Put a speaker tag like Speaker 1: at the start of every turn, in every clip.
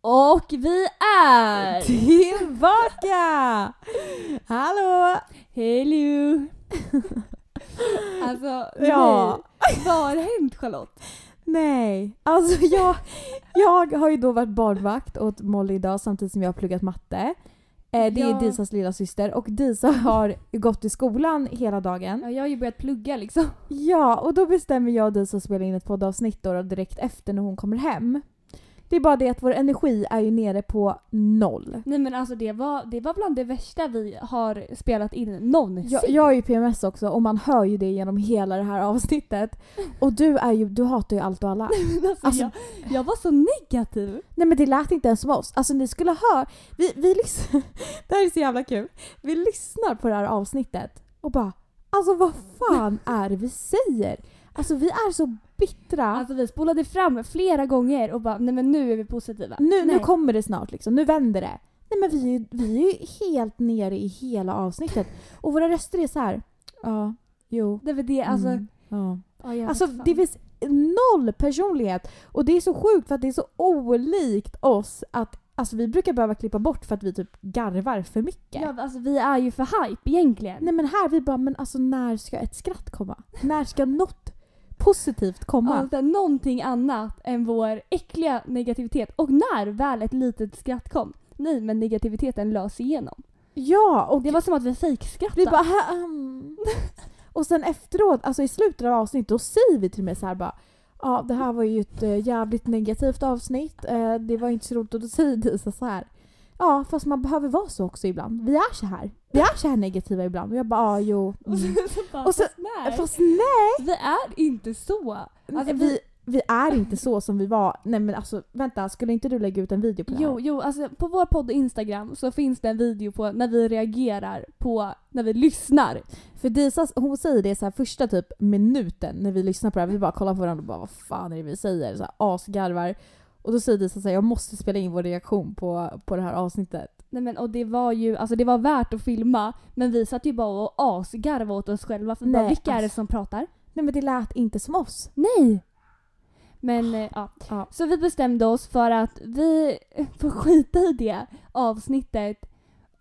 Speaker 1: Och vi är...
Speaker 2: Tillbaka! Hallå!
Speaker 1: Hello! alltså,
Speaker 2: Ja.
Speaker 1: nej. Vad har hänt Charlotte?
Speaker 2: Nej, alltså jag, jag har ju då varit barnvakt åt Molly idag samtidigt som jag har pluggat matte. Eh, det
Speaker 1: Ja.
Speaker 2: är Disas lilla syster och Disa har gått i skolan hela dagen.
Speaker 1: Ja, jag har ju börjat plugga liksom.
Speaker 2: Ja, och då bestämmer jag och Disa att spela in ett poddavsnitt då, då direkt efter när hon kommer hem. Det är bara det att vår energi är ju nere på noll.
Speaker 1: Nej men alltså det var, det var bland det värsta vi har spelat in någonsin.
Speaker 2: Jag, jag är ju PMS också och man hör ju det genom hela det här avsnittet. Och du, är ju, du hatar ju allt och alla.
Speaker 1: alltså,
Speaker 2: alltså-
Speaker 1: jag, jag var så negativ.
Speaker 2: Nej men det lät inte ens som oss. Alltså ni skulle höra. Vi, vi lyssnar. Det här är så jävla kul. Vi lyssnar på det här avsnittet och bara alltså vad fan är det vi säger? Alltså vi är så bittra.
Speaker 1: Alltså vi spolade fram flera gånger och bara nej men nu är vi positiva.
Speaker 2: nu, nu
Speaker 1: Nej.
Speaker 2: kommer det snart liksom. Nu vänder det. Nej men vi, är ju- vi är ju helt nere i hela avsnittet. Och våra röster är så här. Ja, jo.
Speaker 1: Det var det alltså.
Speaker 2: mm, ja.
Speaker 1: ja, jag
Speaker 2: Alltså
Speaker 1: vet fan.
Speaker 2: det finns noll personlighet. Och det är så sjukt för att det är så olikt oss att alltså, vi brukar behöva klippa bort för att vi typ garvar för mycket.
Speaker 1: ja, alltså vi är ju för hype egentligen.
Speaker 2: Nej men här vi bara, men alltså när ska ett skratt komma? När ska något positivt komma?
Speaker 1: Alltså, någonting annat än vår äckliga negativitet. Och när väl ett litet skratt kom, nej men negativiteten lös igenom.
Speaker 2: Ja, och
Speaker 1: Det var som att vi fejkskrattade.
Speaker 2: vi bara "Hä, ehm." Och sen efteråt, alltså i slutet av avsnittet, då säger vi till och med så här bara Ja, det här var ju ett eh, jävligt negativt avsnitt. Eh, det var inte så roligt. Och då säger Disa så här. Ja, fast man behöver vara så också ibland. Vi är så här. Vi är så här negativa ibland. Och jag bara, ja, jo.
Speaker 1: Och
Speaker 2: Mm.
Speaker 1: sen så bara,
Speaker 2: Och sen-
Speaker 1: fast nej,
Speaker 2: Fast nej!
Speaker 1: vi är inte så. Alltså,
Speaker 2: vi, vi är inte så som vi var. Nej men alltså vänta, skulle inte du lägga ut en video på det
Speaker 1: Jo,
Speaker 2: här?
Speaker 1: jo, alltså på vår podd och Instagram så finns det en video på när vi reagerar på när vi lyssnar.
Speaker 2: För Disa, hon säger det så här första typ minuten när vi lyssnar på det här. Vi bara kollar på varandra och bara vad fan är det vi säger? Så här, asgarvar. Och då säger Disa så här, jag måste spela in vår reaktion på, på det här avsnittet.
Speaker 1: Nej men och det var ju, alltså det var värt att filma men vi satt ju bara och asgarvade åt oss själva för vi bara,
Speaker 2: Nej,
Speaker 1: vilka är det
Speaker 2: alltså.
Speaker 1: som pratar?
Speaker 2: Nej men det lät inte som oss.
Speaker 1: Nej! Men eh, ja.
Speaker 2: Ja.
Speaker 1: Så vi bestämde oss för att vi får skita i det avsnittet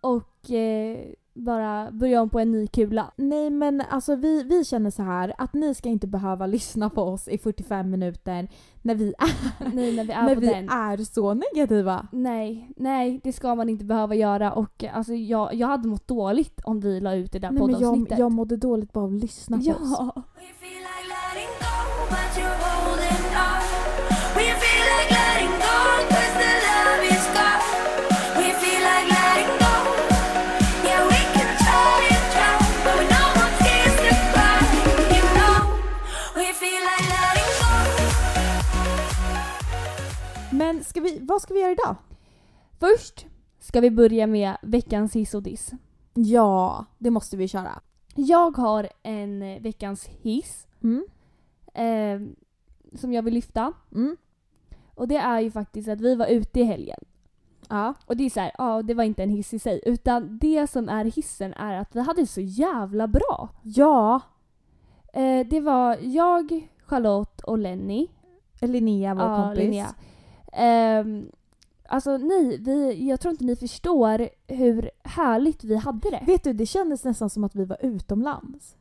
Speaker 1: och eh, bara börja om på en ny kula.
Speaker 2: Nej men alltså vi, vi känner så här att ni ska inte behöva lyssna på oss i 45 minuter när vi är,
Speaker 1: Nej när vi är
Speaker 2: när
Speaker 1: på
Speaker 2: vi
Speaker 1: den.
Speaker 2: är så negativa.
Speaker 1: Nej, nej det ska man inte behöva göra och eh, alltså, jag, jag hade mått dåligt om vi la ut det där
Speaker 2: Nej, men jag,
Speaker 1: poddavsnittet.
Speaker 2: jag mådde dåligt bara av att lyssna på oss.
Speaker 1: ja.
Speaker 3: We feel like letting go, but you're holding on. We feel like letting go, 'cause the love is gone. We feel like letting go. Yeah, we can try and try, but no one sees the cry. You know, we feel like letting go.
Speaker 2: Men ska vi, vad ska vi göra idag?
Speaker 1: Först ska vi börja med veckans hiss och diss.
Speaker 2: Ja, det måste vi köra.
Speaker 1: Jag har en eh, veckans hiss
Speaker 2: Mm.
Speaker 1: eh, som jag vill lyfta.
Speaker 2: Mm.
Speaker 1: Och det är ju faktiskt att vi var ute i helgen.
Speaker 2: Ja.
Speaker 1: Och det är så här, ja det var inte en hiss i sig. Utan det som är hissen är att vi hade så jävla bra.
Speaker 2: ja.
Speaker 1: Eh, det var jag, Charlotte och Lenny.
Speaker 2: Linnea, vår
Speaker 1: Ja,
Speaker 2: kompis.
Speaker 1: Linnea. Ehm, alltså ni, vi, jag tror inte ni förstår hur härligt vi hade det.
Speaker 2: Vet du, det kändes nästan som att vi var utomlands.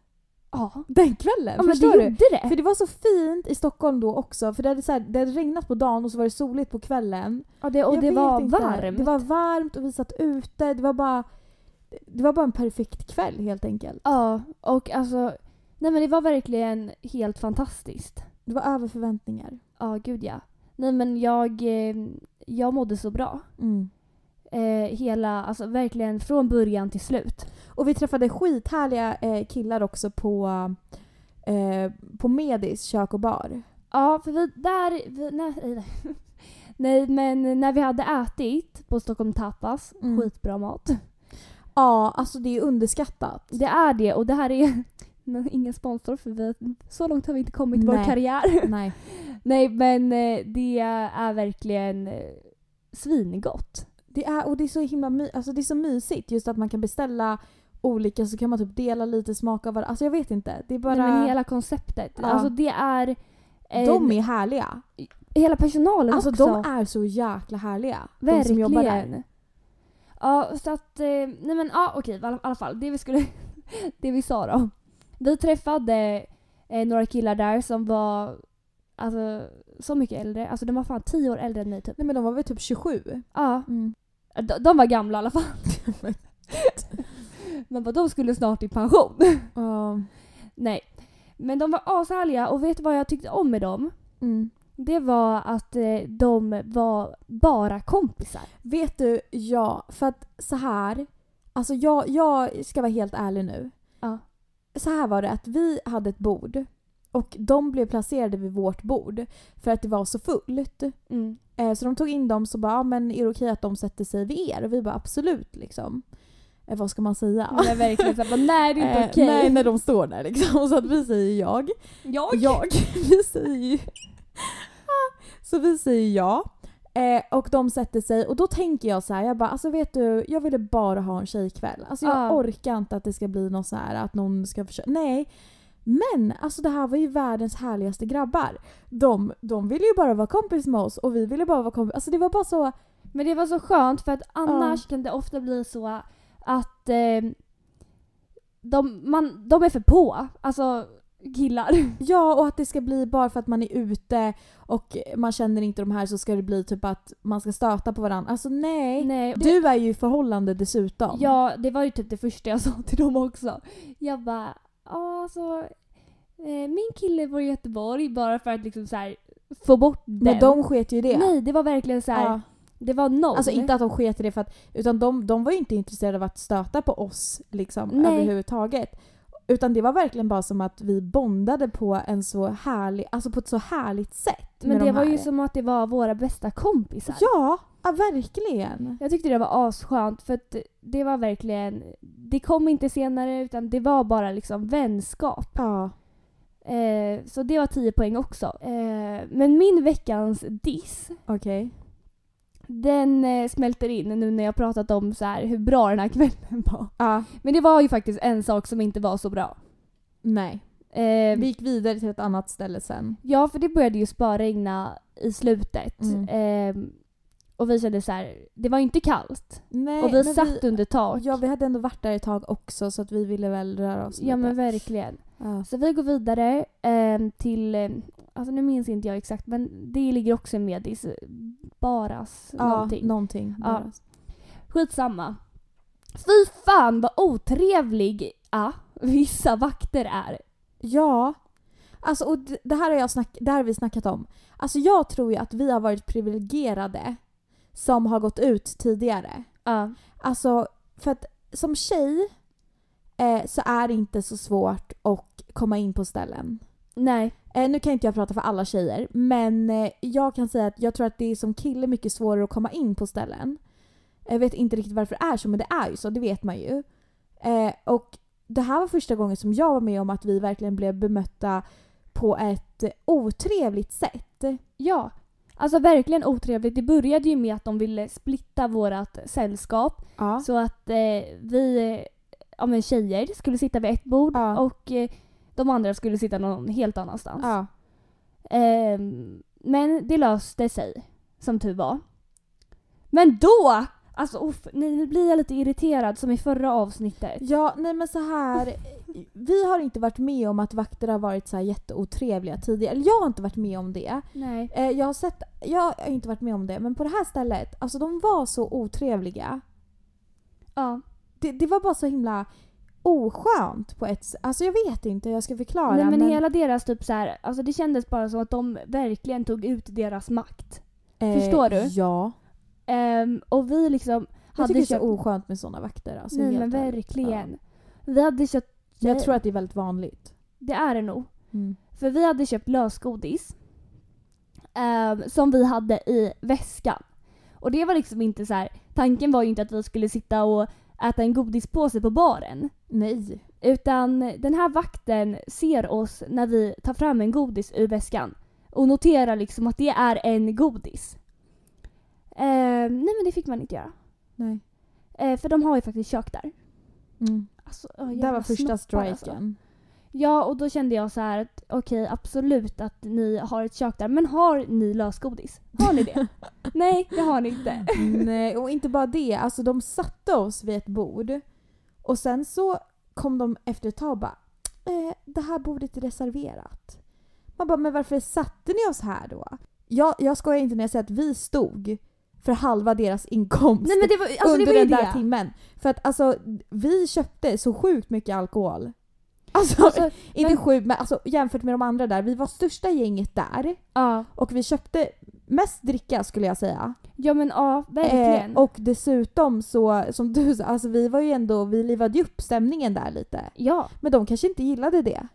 Speaker 1: Ja,
Speaker 2: Den kvällen,
Speaker 1: ja men det
Speaker 2: förstår du?
Speaker 1: gjorde det.
Speaker 2: För det var så fint i Stockholm då också, för det hade, så här, det hade regnat på dagen och så var det soligt på kvällen.
Speaker 1: Ja, det och
Speaker 2: Jag
Speaker 1: det
Speaker 2: vet
Speaker 1: var
Speaker 2: inte.
Speaker 1: varmt.
Speaker 2: Det var varmt och vi satt ute, det var bara, det var bara en perfekt kväll helt enkelt.
Speaker 1: Ja, och alltså... Nej men det var verkligen helt fantastiskt.
Speaker 2: Det var över förväntningar.
Speaker 1: Ja, gud ja. Nej men jag, eh, jag mådde så bra.
Speaker 2: Mm.
Speaker 1: Eh, hela, alltså verkligen från början till slut.
Speaker 2: Och vi träffade skithärliga eh, killar också på, eh, på Medis kök och bar.
Speaker 1: Ja, för vi där... Vi, nej, nej. nej, men när vi hade ätit på Stockholm Tapas,
Speaker 2: Mm.
Speaker 1: skitbra mat.
Speaker 2: Ja, alltså det är underskattat.
Speaker 1: Det är det och det här är men ingen sponsor för vi, så långt har vi inte kommit i vår
Speaker 2: Nej.
Speaker 1: karriär.
Speaker 2: Nej.
Speaker 1: Nej men eh, det är verkligen eh, svingott.
Speaker 2: Det är, och det är så himla my, alltså det är så mysigt just att man kan beställa olika så kan man typ dela lite smak av varandra. Alltså jag vet inte. Det är bara...
Speaker 1: Nej, men hela konceptet.
Speaker 2: Ja.
Speaker 1: Alltså det är... en-
Speaker 2: de är härliga.
Speaker 1: Hela personalen
Speaker 2: Alltså
Speaker 1: också.
Speaker 2: de är så jäkla härliga.
Speaker 1: Verkligen.
Speaker 2: De som jobbar där.
Speaker 1: Ja, så att... eh, Nej men ja, okej, i alla- alla fall. Det vi skulle... det vi sa då. Vi träffade eh, några killar där som var alltså så mycket äldre. Alltså de var fan tio år äldre än mig typ.
Speaker 2: Nej men de var väl typ 27?
Speaker 1: Ja, de, de var gamla i alla fall. men vad, de skulle snart i pension.
Speaker 2: Ja.
Speaker 1: Nej. Men de var ashärliga och vet du vad jag tyckte om med dem?
Speaker 2: Mm.
Speaker 1: Det var att eh, de var bara kompisar.
Speaker 2: Vet du, ja. För att så här. Alltså jag, jag ska vara helt ärlig nu.
Speaker 1: Ja.
Speaker 2: Så här var det att vi hade ett bord. Och de blev placerade vid vårt bord. För att det var så fullt.
Speaker 1: Mm.
Speaker 2: Eh, så de tog in dem så bara, "Ja, men är det okej att de sätter sig vid er? Och vi bara absolut liksom. Eh, vad ska man säga?
Speaker 1: Men verkligen så här, bara, nej det är inte
Speaker 2: Eh,
Speaker 1: okej.
Speaker 2: Nej, när de står där liksom. Så att vi säger jag.
Speaker 1: Jag?
Speaker 2: Jag. Vi säger ju... Ah, Så vi säger ja. Eh, och de sätter sig och då tänker jag så här, jag bara alltså vet du, jag ville bara ha en tjejkväll. Alltså jag
Speaker 1: Ja.
Speaker 2: orkar inte att det ska bli något så här att någon ska försöka. Nej. Men alltså det här var ju världens härligaste grabbar. De, de ville ju bara vara kompis med oss och vi ville bara vara kompis. Alltså det var bara så,
Speaker 1: Men det var så skönt för att annars kan det ofta bli så att eh, de, man, de är för på. Alltså killar.
Speaker 2: ja och att det ska bli bara för att man är ute och man känner inte de här så ska det bli typ att man ska stöta på varandra. Alltså nej.
Speaker 1: Nej, det,
Speaker 2: Du är ju i förhållande dessutom.
Speaker 1: ja, det var ju typ det första jag sa till dem också. Jag bara, ja alltså eh, min kille var i Göteborg bara för att liksom så här, få bort den.
Speaker 2: Men de sket ju i det.
Speaker 1: Nej, det var verkligen så här.
Speaker 2: Ja.
Speaker 1: Det var noll.
Speaker 2: Alltså inte att de sket i det för att, utan de, de var ju inte intresserade av att stöta på oss liksom
Speaker 1: Nej.
Speaker 2: överhuvudtaget. Utan det var verkligen bara som att vi bondade på en så härlig, alltså på ett så härligt sätt.
Speaker 1: men
Speaker 2: med
Speaker 1: det
Speaker 2: de
Speaker 1: var
Speaker 2: här.
Speaker 1: ju som att det var våra bästa kompisar.
Speaker 2: Ja, ja verkligen.
Speaker 1: Jag tyckte det var asskönt för att det var verkligen... Det kom inte senare utan det var bara liksom vänskap.
Speaker 2: Ja.
Speaker 1: Eh, så det var 10 poäng också. Eh, men min veckans diss,
Speaker 2: Okej.
Speaker 1: den eh, smälter in nu när jag pratat om så här, hur bra den här kvällen var.
Speaker 2: Ja.
Speaker 1: Men det var ju faktiskt en sak som inte var så bra.
Speaker 2: Nej.
Speaker 1: Eh,
Speaker 2: Vi gick vidare till ett annat ställe sen.
Speaker 1: Ja, för det började ju spöregna i slutet.
Speaker 2: Mm.
Speaker 1: Ehm, och vi kände så här, det var inte kallt.
Speaker 2: Nej,
Speaker 1: och vi
Speaker 2: men
Speaker 1: satt under tak.
Speaker 2: Ja, vi hade ändå varit där ett tag också så att vi ville väl röra oss lite.
Speaker 1: Ja men verkligen.
Speaker 2: Ja.
Speaker 1: Så vi går vidare ehm, till, ehm, alltså nu minns inte jag exakt men det ligger också i medis. eh, Baras
Speaker 2: Ja,
Speaker 1: någonting.
Speaker 2: någonting.
Speaker 1: Ja.
Speaker 2: Bara.
Speaker 1: Skitsamma. Fy fan vad otrevliga vissa vakter är.
Speaker 2: Ja. Alltså, och d- det, här har jag snack, det här har vi snackat om. Alltså, jag tror ju att vi har varit privilegierade som har gått ut tidigare.
Speaker 1: Ja.
Speaker 2: Alltså, för att som tjej eh, så är det inte så svårt att komma in på ställen.
Speaker 1: Nej.
Speaker 2: Eh, nu kan inte jag prata för alla tjejer, men eh, jag kan säga att jag tror att det är som kille mycket svårare att komma in på ställen. Jag vet inte riktigt varför det är så, men det är ju så, det vet man ju. Eh, och det här var första gången som jag var med om att vi verkligen blev bemötta på ett eh, otrevligt sätt.
Speaker 1: Ja. Alltså verkligen otrevligt. Det började ju med att de ville splitta vårat sällskap.
Speaker 2: Ja.
Speaker 1: Så att eh, vi eh, ja, men tjejer skulle sitta vid ett bord
Speaker 2: Ja.
Speaker 1: och eh, de andra skulle sitta någon helt annanstans.
Speaker 2: ja.
Speaker 1: Ehm, men det löste sig, som tur var. Men då! Alltså uff, nu nu blir jag lite irriterad som i förra avsnittet.
Speaker 2: ja, nej men så här. eh, Vi har inte varit med om att vakter har varit så här jätteotrevliga tidigare. Eller jag har inte varit med om det.
Speaker 1: Nej.
Speaker 2: Eh, jag, har sett, jag har inte varit med om det, men på det här stället, alltså de var så otrevliga.
Speaker 1: Ja.
Speaker 2: Det, det var bara så himla oskönt på ett s- Alltså jag vet inte hur jag ska förklara.
Speaker 1: Nej men, hela deras typ så här, alltså det kändes bara som att de verkligen tog ut deras makt.
Speaker 2: eh,
Speaker 1: förstår du?
Speaker 2: Ja.
Speaker 1: Ehm, och vi liksom
Speaker 2: Jag
Speaker 1: hade
Speaker 2: tycker det är så
Speaker 1: köpt...
Speaker 2: oskönt med sådana vakter. Alltså,
Speaker 1: Nej
Speaker 2: helt
Speaker 1: men
Speaker 2: ärligt.
Speaker 1: verkligen. Vi hade köpt... eh,
Speaker 2: Ja. Jag tror att det är väldigt vanligt.
Speaker 1: Det är det nog. För vi hade köpt lösgodis ehm, som vi hade i väskan. Och det var liksom inte så här. tanken var ju inte att vi skulle sitta och äta en godispåse på baren.
Speaker 2: Nej.
Speaker 1: Utan den här vakten ser oss när vi tar fram en godis ur väskan och noterar liksom att det är en godis. Ehm, nej men det fick man inte göra.
Speaker 2: Nej.
Speaker 1: Eh, för de har ju faktiskt kök där. Alltså, åh,
Speaker 2: Mm. det
Speaker 1: jävla
Speaker 2: var första
Speaker 1: snoppar,
Speaker 2: striken.
Speaker 1: Alltså. Ja, och då kände jag så här att okej, absolut att ni har ett kök där, men har ni lösgodis? Har ni det? Nej, det har ni inte.
Speaker 2: Nej, och inte bara det. Alltså de satte oss vid ett bord och sen så kom de efter ett tag och bara eh, “det här bordet är reserverat”. Man bara “men varför satte ni oss här då?” Jag, jag skojar inte när jag säger att vi stod för halva deras inkomst
Speaker 1: Nej men det var, alltså, det
Speaker 2: under
Speaker 1: var ju
Speaker 2: den där
Speaker 1: det.
Speaker 2: timmen. För att alltså vi köpte så sjukt mycket alkohol. Alltså,
Speaker 1: Alltså,
Speaker 2: inte
Speaker 1: men-
Speaker 2: sjukt men alltså, jämfört med de andra där. Vi var största gänget där
Speaker 1: ja.
Speaker 2: och vi köpte mest dricka skulle jag säga.
Speaker 1: ja, men ja, verkligen.
Speaker 2: Eh, och dessutom så, som du sa, alltså vi var ju ändå, vi livade ju upp stämningen där lite.
Speaker 1: ja.
Speaker 2: Men de kanske inte gillade det.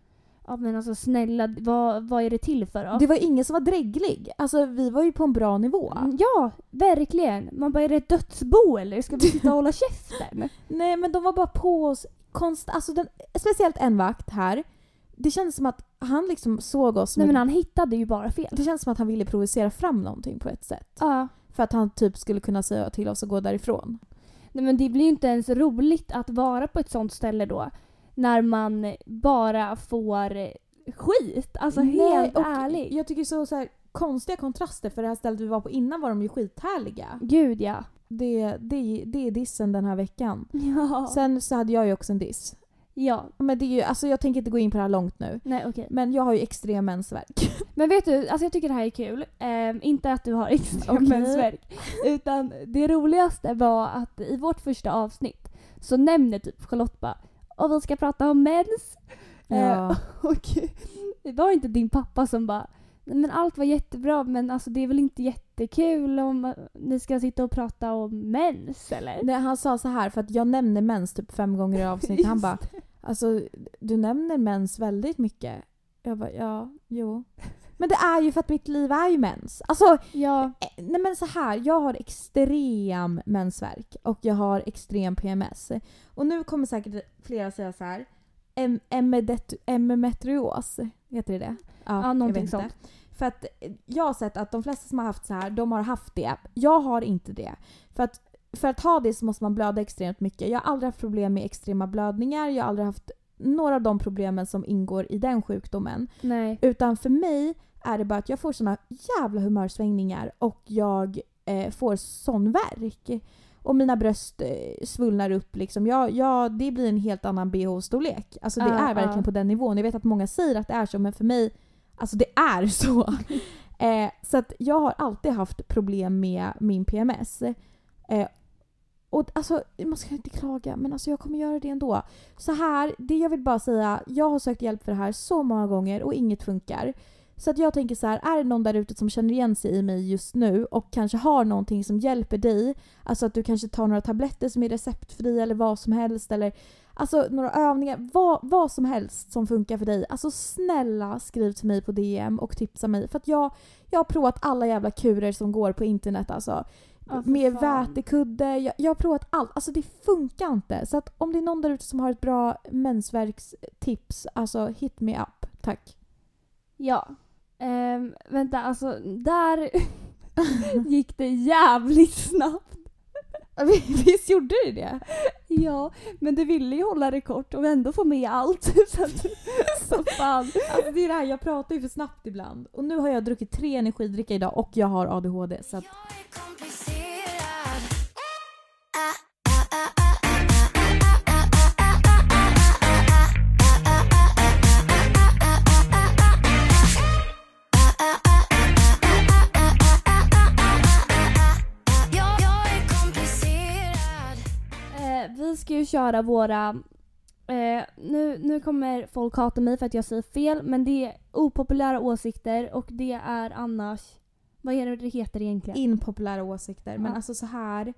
Speaker 1: ja, men alltså snälla, vad, vad är det till för då?
Speaker 2: Det var ingen som var dräglig. Alltså vi var ju på en bra nivå.
Speaker 1: Mm, Ja, verkligen. Man bara, är det ett dödsbo eller? Ska vi sitta och hålla käften?
Speaker 2: Nej men de var bara på oss konst... Alltså den, speciellt en vakt här. Det kändes som att han liksom såg oss
Speaker 1: Nej
Speaker 2: med-
Speaker 1: men han hittade ju bara fel.
Speaker 2: Det känns som att han ville provocera fram någonting på ett sätt.
Speaker 1: Ja.
Speaker 2: För att han typ skulle kunna säga till oss att gå därifrån.
Speaker 1: Nej men det blir ju inte ens roligt att vara på ett sånt ställe då. När man bara får skit. Alltså helt
Speaker 2: och
Speaker 1: ärligt.
Speaker 2: Jag tycker så, så här, konstiga kontraster för det här stället vi var på innan var de ju skithärliga.
Speaker 1: Gud ja.
Speaker 2: Det, det, det är dissen den här veckan.
Speaker 1: Ja.
Speaker 2: Sen så hade jag ju också en diss.
Speaker 1: ja.
Speaker 2: Men det är ju, alltså jag tänker inte gå in på det här långt nu.
Speaker 1: Nej okej.
Speaker 2: Men jag har ju extrem mensvärk.
Speaker 1: Men vet du, alltså jag tycker det här är kul. Ehm, inte att du har extrem
Speaker 2: Okej.
Speaker 1: mensvärk. Utan det roligaste var att i vårt första avsnitt så nämner typ Charlotte bara och vi ska prata om mens. Eh, och det var inte din pappa som bara "Nej, men allt var jättebra men alltså det är väl inte jättekul om eh, ni ska sitta och prata om mens eller?
Speaker 2: Nej, han sa så här för att jag nämner mens typ fem gånger i avsnittet. Han
Speaker 1: Just
Speaker 2: bara alltså du nämner mens väldigt mycket. Jag bara ja, jo. Men det är ju för att mitt liv är ju mens. Alltså
Speaker 1: Ja,
Speaker 2: eh, nej men så här, jag har extrem mensvärk och jag har extrem PMS. Och nu kommer säkert flera säga så här em- emedet- ememetrios, heter det det?
Speaker 1: ja,
Speaker 2: jag
Speaker 1: någonting
Speaker 2: vet inte.
Speaker 1: sånt.
Speaker 2: För att eh, jag har sett att de flesta som har haft så här, de har haft det. Jag har inte det. För att, för att ha det så måste man blöda extremt mycket. Jag har aldrig haft problem med extrema blödningar. Jag har aldrig haft några av de problemen som ingår i den sjukdomen.
Speaker 1: Nej.
Speaker 2: Utan för mig är det bara att jag får såna jävla humörsvängningar och jag eh, får sån värk. Och mina bröst eh, svullnar upp liksom. Jag, jag, det blir en helt annan bh-storlek. Alltså det
Speaker 1: Ja,
Speaker 2: är verkligen
Speaker 1: ja.
Speaker 2: på den nivån. Jag vet att många säger att det är så men för mig, alltså det är så. eh, så att jag har alltid haft problem med min PMS. Eh, och alltså, man ska inte klaga men alltså jag kommer göra det ändå. Så här, det jag vill bara säga, jag har sökt hjälp för det här så många gånger och inget funkar. Så att jag tänker så här, är det någon där ute som känner igen sig i mig just nu och kanske har någonting som hjälper dig, alltså att du kanske tar några tabletter som är receptfria eller vad som helst eller alltså några övningar, vad, vad som helst som funkar för dig. Alltså snälla skriv till mig på DM och tipsa mig för att jag, jag har provat alla jävla kurer som går på internet alltså
Speaker 1: Ja, för
Speaker 2: med
Speaker 1: fan.
Speaker 2: vätekudde. Jag, jag har provat allt. Alltså det funkar inte. Så att om det är någon där ute som har ett bra mensvärkstips, alltså hit me up. Tack.
Speaker 1: Ja. Ehm, vänta, alltså där gick det jävligt snabbt.
Speaker 2: Visst gjorde du det?
Speaker 1: Ja, men du ville ju hålla det kort och ändå få med allt. så, att, så fan.
Speaker 2: Alltså det är det här, jag pratar ju för snabbt ibland. Och nu har jag druckit tre energidricka idag och jag har ADHD. Så att...
Speaker 3: Jag är komplicerad. Ah, ah, ah, ah, ah, ah, ah, ah, ah, ah, ah, ah. Jag- jag är komplicerad.
Speaker 1: Eh, vi ska ju köra våra... Eh, nu, nu kommer folk hata mig för att jag säger fel, men det är opopulära åsikter och det är annars... Vad är det det heter egentligen?
Speaker 2: Impopulära åsikter. Men
Speaker 1: Ja.
Speaker 2: alltså så här.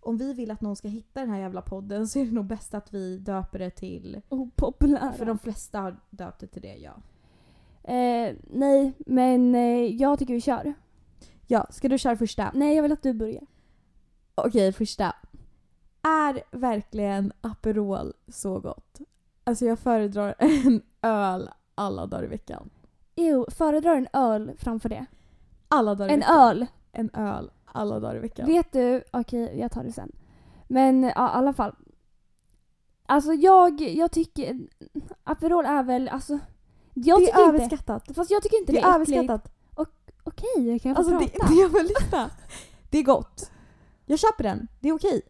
Speaker 2: Om vi vill att någon ska hitta den här jävla podden så är det nog bäst att vi döper det till...
Speaker 1: Opopulära.
Speaker 2: För de flesta har döpt det till det, ja.
Speaker 1: eh, nej, men eh, jag tycker vi kör.
Speaker 2: Ja, ska du köra första?
Speaker 1: Nej, jag vill att du börjar.
Speaker 2: Okej, första. Är verkligen Aperol så gott? Alltså jag föredrar en öl alla dagar i veckan.
Speaker 1: Jo, föredrar en öl framför det.
Speaker 2: Alla dagar i
Speaker 1: En
Speaker 2: veckan.
Speaker 1: öl!
Speaker 2: En öl alla dagar i veckan.
Speaker 1: Vet du, okej jag tar det sen. Men ja, i alla fall. Alltså jag, jag tycker... Aperol är väl... Alltså, jag
Speaker 2: det är
Speaker 1: tycker inte...
Speaker 2: överskattat.
Speaker 1: Fast jag tycker inte det,
Speaker 2: Det är
Speaker 1: är äckligt.
Speaker 2: överskattat.
Speaker 1: Okej, jag kan få
Speaker 2: Alltså det,
Speaker 1: prata.
Speaker 2: det jag vill lyssna. Det är gott. Jag köper den. Det är okej.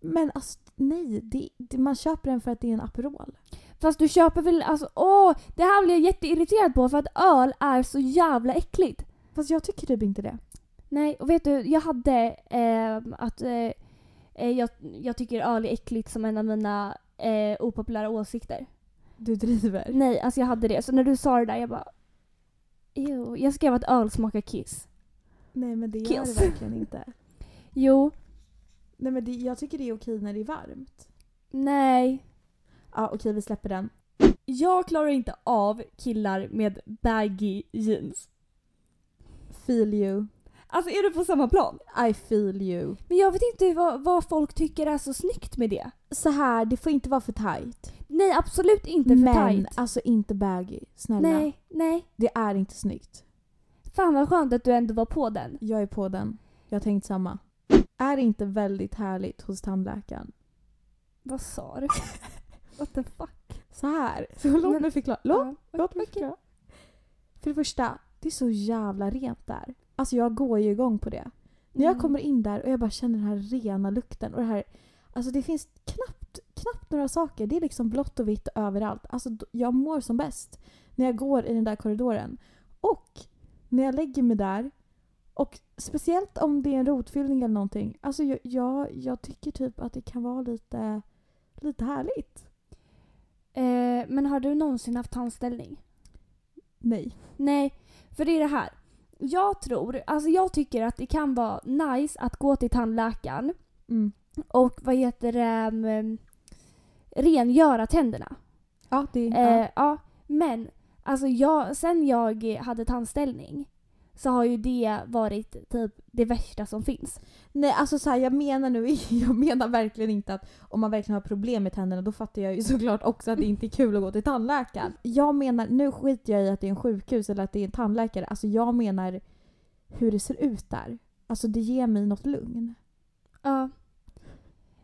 Speaker 2: Men alltså nej, det, det, man köper den för att det är en Aperol.
Speaker 1: Fast du köper väl... Alltså, åh! Det här blir jag jätteirriterad på för att öl är så jävla äckligt.
Speaker 2: Fast jag tycker typ inte det.
Speaker 1: Nej, och vet du, jag hade ehm, att eh, eh, jag, jag tycker öl är äckligt som en av mina eh, opopulära åsikter.
Speaker 2: Du driver.
Speaker 1: Nej, alltså jag hade det. Så när du sa det där, jag bara... Ew. Jag skrev att öl smakar kiss.
Speaker 2: Nej men det gör
Speaker 1: Kiss.
Speaker 2: det verkligen inte.
Speaker 1: Jo,
Speaker 2: Nej men det, jag tycker det är okej när det är varmt.
Speaker 1: nej.
Speaker 2: Ja okej vi släpper den.
Speaker 1: Jag klarar inte av killar med baggy jeans.
Speaker 2: Feel you.
Speaker 1: Alltså är du på samma plan?
Speaker 2: I feel you.
Speaker 1: Men jag vet inte vad, vad folk tycker är så snyggt med det.
Speaker 2: Så här, det får inte vara för tight.
Speaker 1: Nej, absolut inte för
Speaker 2: men
Speaker 1: tajt.
Speaker 2: alltså inte baggy. Snälla.
Speaker 1: Nej, nej.
Speaker 2: Det är inte snyggt.
Speaker 1: Fan vad skönt att du ändå var på den.
Speaker 2: Jag är på den. Jag har tänkt samma. Är det inte väldigt härligt hos tandläkaren?
Speaker 1: Vad sa du? What the fuck?
Speaker 2: Så här. Så låt
Speaker 1: Men-
Speaker 2: mig förklara. Låt,
Speaker 1: Ja,
Speaker 2: låt mig
Speaker 1: okej.
Speaker 2: förklara. För det första, det är så jävla rent där. Alltså jag går ju igång på det. När jag
Speaker 1: Mm.
Speaker 2: kommer in där och jag bara känner den här rena lukten och det här... Alltså det finns knappt, knappt några saker. Det är liksom blått och vitt överallt. Alltså d- jag mår som bäst när jag går i den där korridoren. Och när jag lägger mig där och speciellt om det är en rotfyllning eller någonting. Alltså jag, jag, jag tycker typ att det kan vara lite, lite härligt.
Speaker 1: Eh, men har du någonsin haft tandställning?
Speaker 2: Nej.
Speaker 1: Nej, för det är det här. Jag tror, alltså jag tycker att det kan vara nice att gå till tandläkaren
Speaker 2: Mm.
Speaker 1: och vad heter det, ehm, rengöra tänderna.
Speaker 2: Ja, det
Speaker 1: Eh, ja, men alltså jag, sen jag hade tandställning så har ju det varit typ det värsta som finns.
Speaker 2: Nej, alltså så här, jag menar nu, jag menar verkligen inte att om man verkligen har problem med tänderna då fattar jag ju såklart också att det inte är kul att gå till tandläkaren. Jag menar, nu skiter jag i att det är en sjukhus eller att det är en tandläkare. Alltså jag menar hur det ser ut där. Alltså det ger mig något lugn.
Speaker 1: Ja,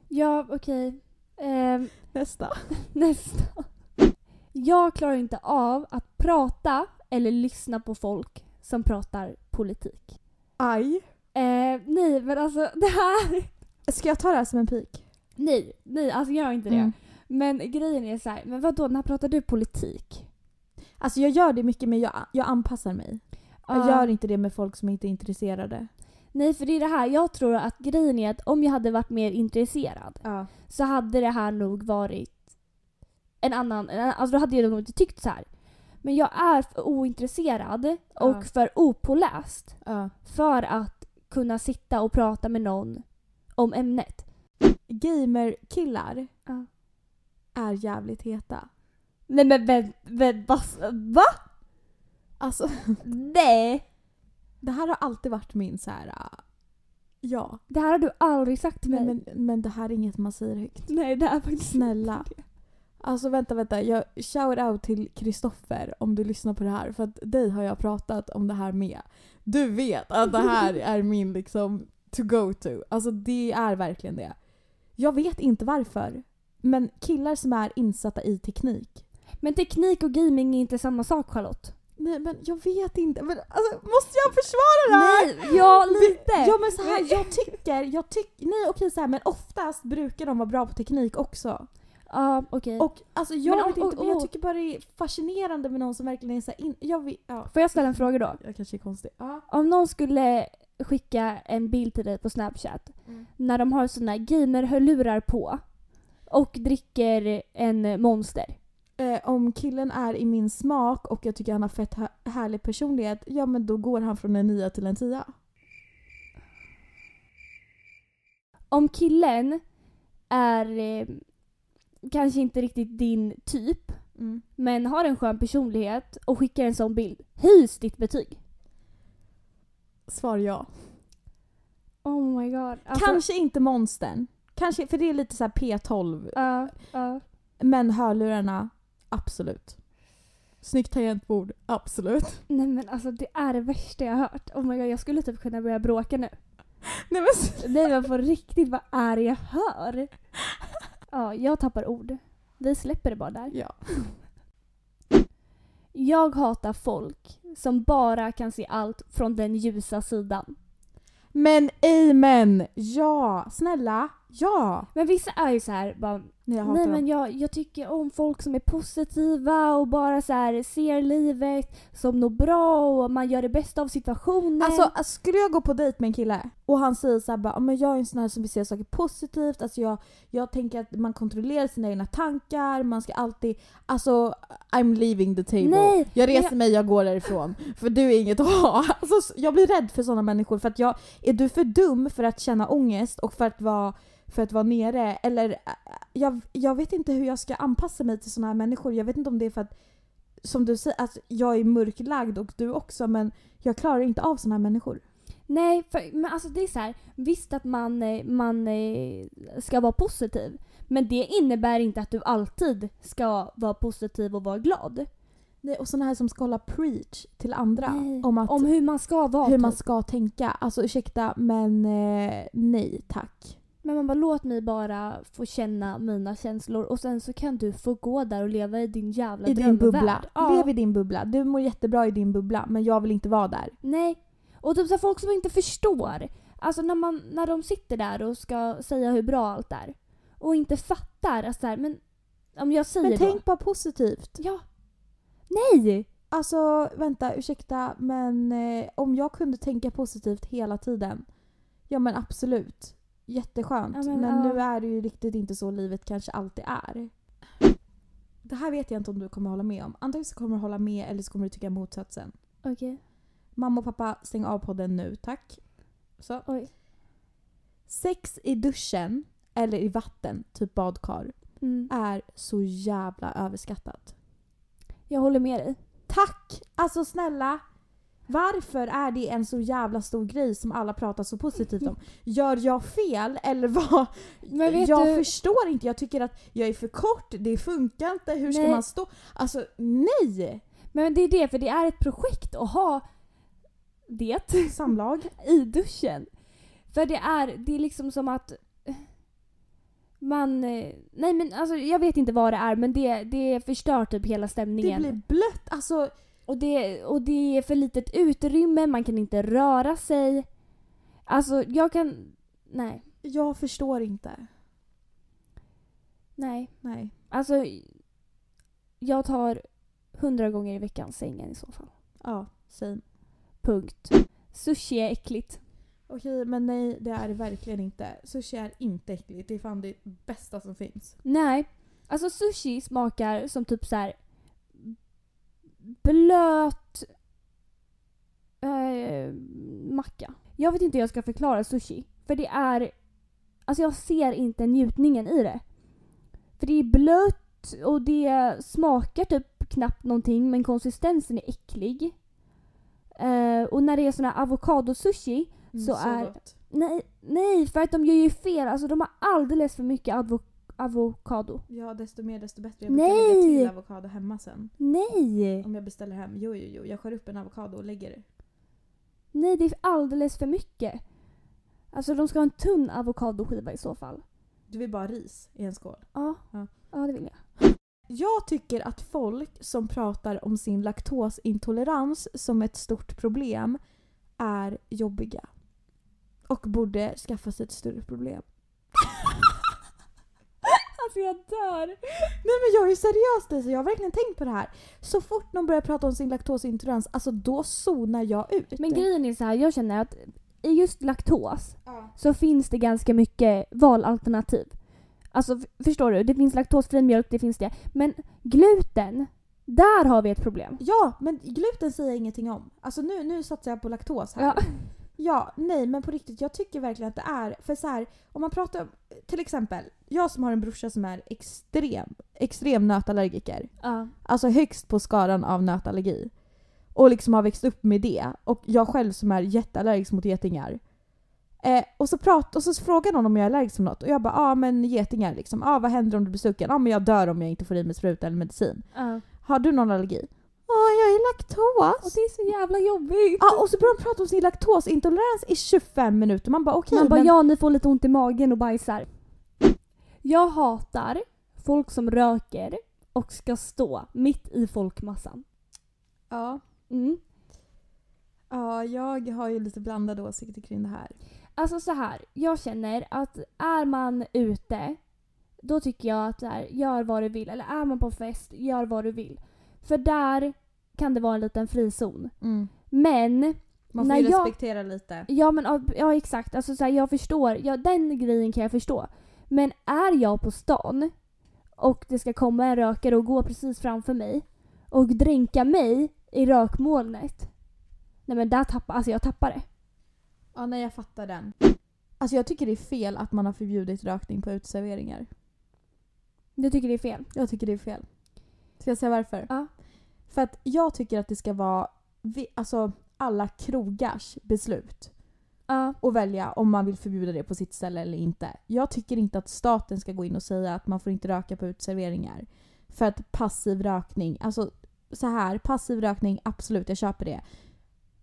Speaker 1: ja okej. Ehm,
Speaker 2: Nästa.
Speaker 1: nästa. Jag klarar inte av att prata eller lyssna på folk som pratar politik.
Speaker 2: Aj.
Speaker 1: Eh, nej, men alltså det här...
Speaker 2: Ska jag ta det här som en pik?
Speaker 1: Nej, nej, alltså gör inte det.
Speaker 2: Mm.
Speaker 1: Men grejen är så här, men vadå, när pratar du politik?
Speaker 2: Alltså jag gör det mycket men jag, jag anpassar mig. Jag
Speaker 1: Ja.
Speaker 2: gör inte det med folk som inte är intresserade.
Speaker 1: Nej, för det är det här, jag tror att grejen är att om jag hade varit mer intresserad
Speaker 2: Ja.
Speaker 1: så hade det här nog varit en annan, en annan- alltså då hade jag nog inte tyckt så här. Men jag är för ointresserad och
Speaker 2: Ja.
Speaker 1: för opåläst
Speaker 2: ja.
Speaker 1: för att kunna sitta och prata med någon om ämnet.
Speaker 2: Gamerkillar
Speaker 1: Ja.
Speaker 2: är jävligt heta.
Speaker 1: Nej men vänta, vänt, va?
Speaker 2: Alltså
Speaker 1: Nej!
Speaker 2: Det här har alltid varit min så här. ah, ja.
Speaker 1: Det här har du aldrig sagt till mig.
Speaker 2: Men, men, men det här är inget man säger högt.
Speaker 1: Nej, det är faktiskt
Speaker 2: Snälla. Alltså vänta, vänta. Jag, shout out till Kristoffer om du lyssnar på det här. För att dig har jag pratat om det här med. Du vet att det här är min liksom to go to. Alltså det är verkligen det. Jag vet inte varför. Men killar som är insatta i teknik.
Speaker 1: Men teknik och gaming är inte samma sak Charlotte.
Speaker 2: Nej men jag vet inte. Men, alltså, måste jag försvara det här?
Speaker 1: Nej, ja lite.
Speaker 2: Ja men så här, jag tycker, jag tycker, nej okej så här, men oftast brukar de vara bra på teknik också.
Speaker 1: Ja, okej.
Speaker 2: Och alltså jag
Speaker 1: Eh, Men om-
Speaker 2: vet inte,
Speaker 1: och-
Speaker 2: men jag
Speaker 1: och-
Speaker 2: tycker bara det är fascinerande med någon som verkligen är så här in, jag vet, ja.
Speaker 1: Får jag ställa en fråga då?
Speaker 2: Jag kanske är konstig. Ja.
Speaker 1: Om någon skulle skicka en bild till dig på Snapchat
Speaker 2: Mm.
Speaker 1: när de har såna här gamerhörlurar på och dricker en monster.
Speaker 2: Eh, om killen är i min smak och jag tycker han har fett hä- härlig personlighet, ja men då går han från en nia till en tia.
Speaker 1: Om killen är eh, kanske inte riktigt din typ men har en skön personlighet och skickar en sån bild. Höjs ditt betyg.
Speaker 2: Svar ja.
Speaker 1: Oh my god. Alltså,
Speaker 2: kanske inte monstern. Kanske, för det är lite så här P12.
Speaker 1: Ja, ja.
Speaker 2: Men hörlurarna, absolut. Snyggt tangentbord, absolut.
Speaker 1: Nej men alltså det är det värsta jag har hört. Oh my god, jag skulle typ kunna börja bråka nu.
Speaker 2: Nej men
Speaker 1: Nej men på riktigt, vad är det jag hör? Ja, jag tappar ord. Vi släpper det bara där.
Speaker 2: Ja.
Speaker 1: Jag hatar folk som bara kan se allt från den ljusa sidan.
Speaker 2: Men amen! Ja, snälla. Ja!
Speaker 1: Men vissa är ju så här, bara,
Speaker 2: Nej, jag hatar
Speaker 1: nej
Speaker 2: dem.
Speaker 1: men jag, jag tycker om folk som är positiva och bara så här ser livet som något bra och man gör det bästa av situationen.
Speaker 2: Alltså, alltså skulle jag gå på dejt med en kille och han säger såhär bara "Ja, men jag är en sån här som vill se saker positivt, alltså jag, jag tänker att man kontrollerar sina egna tankar, man ska alltid, alltså I'm leaving the table.
Speaker 1: Nej,
Speaker 2: jag
Speaker 1: men
Speaker 2: reser
Speaker 1: jag-
Speaker 2: mig, jag går därifrån. För du är inget att ha. Alltså, s- jag blir rädd för sådana människor för att jag, är du för dum för att känna ångest och för att vara, för att vara nere? Eller äh, jag, jag vet inte hur jag ska anpassa mig till sådana här människor, jag vet inte om det är för att som du säger, att jag är mörklagd och du också men jag klarar inte av sådana här människor.
Speaker 1: Nej, för, men alltså det är så här, visst att man, eh, man eh, ska vara positiv. Men det innebär inte att du alltid ska vara positiv och vara glad.
Speaker 2: Nej, och sådana här som ska hålla preach till andra
Speaker 1: Nej.
Speaker 2: om, att,
Speaker 1: Om hur man ska vara.
Speaker 2: hur man
Speaker 1: typ.
Speaker 2: ska tänka. Alltså ursäkta men eh, nej tack.
Speaker 1: Men man bara låt mig bara få känna mina känslor och sen så kan du få gå där och leva i din jävla
Speaker 2: I din
Speaker 1: drömvärld.
Speaker 2: bubbla.
Speaker 1: Ja.
Speaker 2: Lev i din bubbla. Du mår jättebra i din bubbla men jag vill inte vara där.
Speaker 1: Nej. Och typ så här, folk som inte förstår. Alltså när, man, när de sitter där och ska säga hur bra allt är. Och inte fattar. Alltså så här, men om jag säger
Speaker 2: Men
Speaker 1: då.
Speaker 2: tänk bara positivt.
Speaker 1: Ja. Nej!
Speaker 2: Alltså vänta, ursäkta men eh, om jag kunde tänka positivt hela tiden. Ja men absolut. Jätteskönt.
Speaker 1: Ja, men,
Speaker 2: men
Speaker 1: ja.
Speaker 2: nu är det ju riktigt inte så livet kanske alltid är. Det här vet jag inte om du kommer hålla med om. Antingen så kommer du hålla med eller så kommer du tycka motsatsen.
Speaker 1: Okej.
Speaker 2: Mamma och pappa, stäng av podden nu tack. Så.
Speaker 1: Oj.
Speaker 2: Sex i duschen eller i vatten, typ badkar,
Speaker 1: Mm.
Speaker 2: är så jävla överskattat.
Speaker 1: Jag håller med dig.
Speaker 2: Tack! Alltså snälla. Varför är det en så jävla stor grej som alla pratar så positivt om? Gör jag fel eller vad?
Speaker 1: Men vet
Speaker 2: jag
Speaker 1: du-
Speaker 2: förstår inte. Jag tycker att jag är för kort, det funkar inte, hur ska
Speaker 1: Nej.
Speaker 2: man stå? Alltså nej!
Speaker 1: Men det är det, för det är ett projekt att ha det
Speaker 2: Samlag.
Speaker 1: i duschen. För det är, det är liksom som att man... eh, Nej men alltså jag vet inte vad det är men det, det förstör typ hela
Speaker 2: Det
Speaker 1: stämningen.
Speaker 2: blir blött. Alltså
Speaker 1: Och, det, och det är för litet utrymme, man kan inte röra sig. Alltså jag kan... Nej.
Speaker 2: jag förstår inte.
Speaker 1: Nej.
Speaker 2: Nej.
Speaker 1: Alltså jag tar hundra gånger i veckan sängen i så fall.
Speaker 2: Ja, same.
Speaker 1: Punkt. Sushi är äckligt.
Speaker 2: Okej men nej det är det verkligen inte. Sushi är inte äckligt. Det är fan det bästa som finns.
Speaker 1: Nej. Alltså sushi smakar som typ så här blöt eh, macka. Jag vet inte hur jag ska förklara sushi. För det är... Alltså jag ser inte njutningen i det. För det är blött och det smakar typ knappt någonting men konsistensen är äcklig. Eh, och när det är sån här avokadosushi Så är-
Speaker 2: Mm, gott.
Speaker 1: Nej, nej, för att de gör ju fel. Alltså de har alldeles för mycket avo- avokado.
Speaker 2: Ja desto mer desto bättre. Jag brukar lägga
Speaker 1: Nej!
Speaker 2: till avokado hemma sen.
Speaker 1: Nej!
Speaker 2: Om jag beställer hem. Jo jo jo. Jag skär upp en avokado och lägger det.
Speaker 1: Nej, det är alldeles för mycket. Alltså de ska ha en tunn avokadoskiva i så fall.
Speaker 2: Du vill bara ris i en skål.
Speaker 1: Ja,
Speaker 2: Ja.
Speaker 1: ja det vill jag.
Speaker 2: Jag tycker att folk som pratar om sin laktosintolerans som ett stort problem är jobbiga. Och borde skaffa sig ett större problem.
Speaker 1: Alltså jag dör!
Speaker 2: Nej men jag är ju seriös Lisa, jag har verkligen tänkt på det här. Så fort någon börjar prata om sin laktosintolerans, alltså då zonar jag ut.
Speaker 1: Men grejen är så här, jag känner att i just laktos så finns det ganska mycket valalternativ. Alltså f- förstår du? Det finns laktosfri mjölk, det finns det. Men gluten, där har vi ett problem.
Speaker 2: Ja, men gluten säger jag ingenting om. Alltså nu, nu satsar jag på laktos här.
Speaker 1: Ja.
Speaker 2: Ja, nej men på riktigt jag tycker verkligen att det är, för så här, om man pratar om, till exempel, jag som har en brorsa som är extrem, extrem nötallergiker.
Speaker 1: Ja.
Speaker 2: Alltså högst på skalan av nötallergi. Och liksom har växt upp med det. Och jag själv som är jätteallergisk mot getingar. Eh, och, så prat, och så frågar någon om jag är allergisk mot något och jag bara ja ah, men getingar liksom. Ja ah, vad händer om du blir stucken? Ja ah, men jag dör om jag inte får i mig spruta eller medicin.
Speaker 1: ja.
Speaker 2: Har du någon allergi? Ja jag är
Speaker 1: Och
Speaker 2: laktos.
Speaker 1: det är så jävla jobbigt.
Speaker 2: Ja och så börjar de prata om sin laktosintolerans i 25 minuter. Man bara okej
Speaker 1: Man bara
Speaker 2: men
Speaker 1: ja, ni får lite ont i magen och bajsar. Jag hatar folk som röker och ska stå mitt i folkmassan.
Speaker 2: Ja.
Speaker 1: Mm.
Speaker 2: ja, jag har ju lite blandade åsikter kring det här.
Speaker 1: Alltså så här, jag känner att är man ute, då tycker jag att så här, gör vad du vill. Eller är man på fest, gör vad du vill. För där kan det vara en liten frizon.
Speaker 2: Mm.
Speaker 1: Men,
Speaker 2: Man får
Speaker 1: Nej,
Speaker 2: ju
Speaker 1: jag-
Speaker 2: respektera lite.
Speaker 1: ja men ja, ja exakt, alltså så här, jag förstår, ja, den grejen kan jag förstå. Men är jag på stan och det ska komma en rökare och gå precis framför mig och dränka mig i rökmolnet. Nej men där tappar, alltså jag tappar det.
Speaker 2: Ja, nej jag fattar den. Alltså jag tycker det är fel att man har förbjudit rökning på uteserveringar.
Speaker 1: Du tycker det är fel?
Speaker 2: Jag tycker det är fel. Ska jag säga varför?
Speaker 1: Ja.
Speaker 2: För att jag tycker att det ska vara vi, alltså, alla krogars beslut
Speaker 1: Ja.
Speaker 2: och välja om man vill förbjuda det på sitt ställe eller inte. Jag tycker inte att staten ska gå in och säga att man får inte röka på uteserveringar. För att passiv rökning, alltså så här, passiv rökning, absolut jag köper det.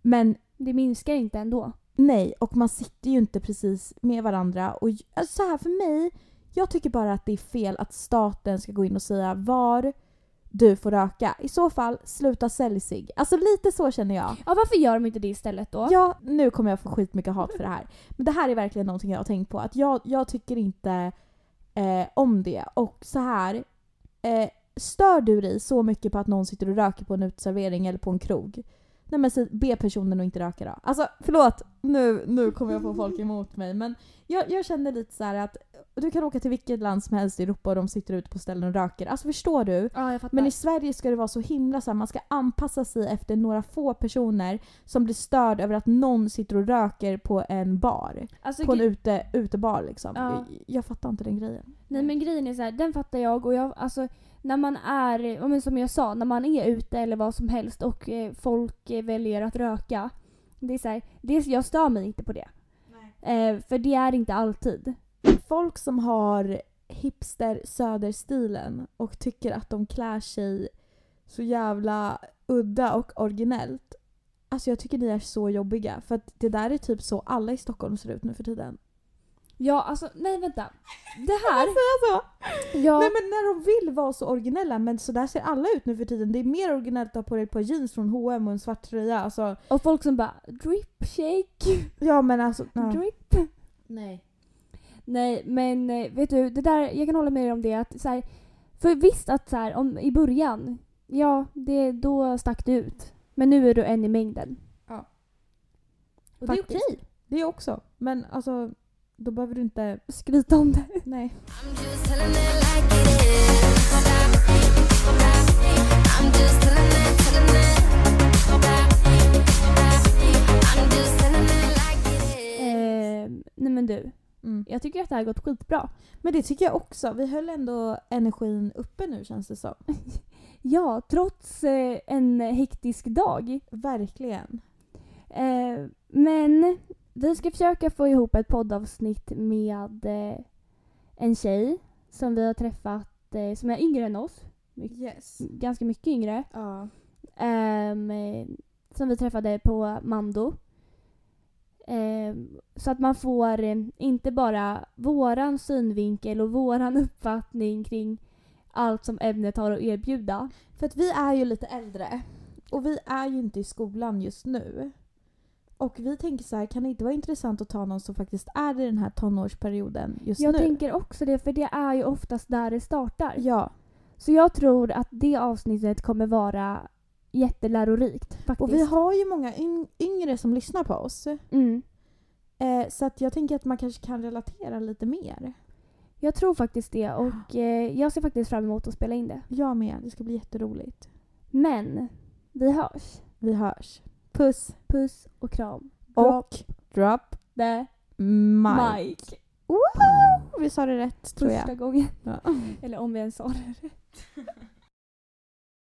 Speaker 2: Men
Speaker 1: Det minskar inte ändå.
Speaker 2: Nej, och man sitter ju inte precis med varandra. Och j- alltså så här för mig, jag tycker bara att det är fel att staten ska gå in och säga var du får röka. I så fall, sluta sälj sig. Alltså lite så känner jag.
Speaker 1: Ja varför gör de inte det istället då?
Speaker 2: Ja, nu kommer jag få skitmycket hat för det här. Men det här är verkligen någonting jag har tänkt på. Att jag, jag tycker inte eh, om det. Och så här, eh, stör du dig så mycket på att någon sitter och röker på en uteservering eller på en krog? Nej men säg, be personen att inte röka då. Alltså förlåt, nu, nu kommer jag få folk emot mig. Men jag, jag känner lite så här att du kan åka till vilket land som helst i Europa och de sitter ute på ställen och röker. Alltså förstår du?
Speaker 1: Ja, jag fattar.
Speaker 2: Men i Sverige ska det vara så himla så här, man ska anpassa sig efter några få personer som blir störd över att någon sitter och röker på en bar.
Speaker 1: alltså,
Speaker 2: På en
Speaker 1: gre-
Speaker 2: ute, utebar liksom.
Speaker 1: Ja.
Speaker 2: Jag, jag fattar inte den grejen.
Speaker 1: nej men grejen är så här, den fattar jag och jag, alltså när man är, ja, men som jag sa, när man är ute eller vad som helst och eh, folk eh, väljer att röka. Det är så här, det, är- jag stör mig inte på det. Eh, för det är inte alltid.
Speaker 2: Folk som har hipster söderstilen och tycker att de klär sig så jävla udda och originellt. Alltså jag tycker ni är så jobbiga för att det där är typ så alla i Stockholm ser ut nu för tiden.
Speaker 1: Ja alltså, nej vänta. Det här,
Speaker 2: Alltså,
Speaker 1: ja,
Speaker 2: Nej men när de vill vara så originella men så där ser alla ut nu för tiden. Det är mer originellt att ha på dig ett par jeans från H&M och en svart tröja. Alltså,
Speaker 1: och folk som bara drip shake,
Speaker 2: ja men alltså... Ja.
Speaker 1: drip.
Speaker 2: Nej.
Speaker 1: Nej men eh, vet du, det där, jag kan hålla med dig om det att så här, för visst att så här, om, i början, ja det, då stack du ut. Men nu är du en i mängden.
Speaker 2: Och det är
Speaker 1: Faktiskt.
Speaker 2: okej. Det är också. Men alltså, då behöver du inte...
Speaker 1: Skryta om det.
Speaker 2: Nej.
Speaker 3: I'm just telling it like it is. I'm just telling it, telling it. I'm just telling it like it is.
Speaker 1: Eh, nej men du,
Speaker 2: Mm.
Speaker 1: jag tycker att det här har gått skitbra.
Speaker 2: Men det tycker jag också. Vi höll ändå energin uppe nu känns det som.
Speaker 1: Ja, trots eh, en hektisk dag.
Speaker 2: Verkligen.
Speaker 1: Eh, men vi ska försöka få ihop ett poddavsnitt med eh, en tjej som vi har träffat, eh, som är yngre än oss.
Speaker 2: Yes.
Speaker 1: Ganska mycket yngre.
Speaker 2: Ja.
Speaker 1: Ehm, eh, som vi träffade på Mando. Ehm, så att man får eh, inte bara våran synvinkel och våran uppfattning kring allt som ämnet har att erbjuda.
Speaker 2: För att vi är ju lite äldre. Och vi är ju inte i skolan just nu. Och vi tänker så här, kan det inte vara intressant att ta någon som faktiskt är i den här tonårsperioden just
Speaker 1: jag
Speaker 2: nu?
Speaker 1: tänker också det, för det är ju oftast där det startar.
Speaker 2: Ja,
Speaker 1: Så jag tror att det avsnittet kommer vara jättelärorikt faktiskt.
Speaker 2: och vi har ju många yng- yngre som lyssnar på oss.
Speaker 1: mm.
Speaker 2: Eh, så att jag tänker att man kanske kan relatera lite mer.
Speaker 1: Jag tror faktiskt det och eh, jag ser faktiskt fram emot att spela in det.
Speaker 2: Jag med, det ska bli jätteroligt.
Speaker 1: Men vi hörs.
Speaker 2: Vi hörs. Puss
Speaker 1: Puss och kram.
Speaker 2: och drop
Speaker 1: the
Speaker 2: my.
Speaker 1: Mike.
Speaker 2: Woho! Vi sa det rätt tror
Speaker 1: första
Speaker 2: jag.
Speaker 1: gången.
Speaker 2: Ja.
Speaker 1: Eller om vi ens sa det rätt.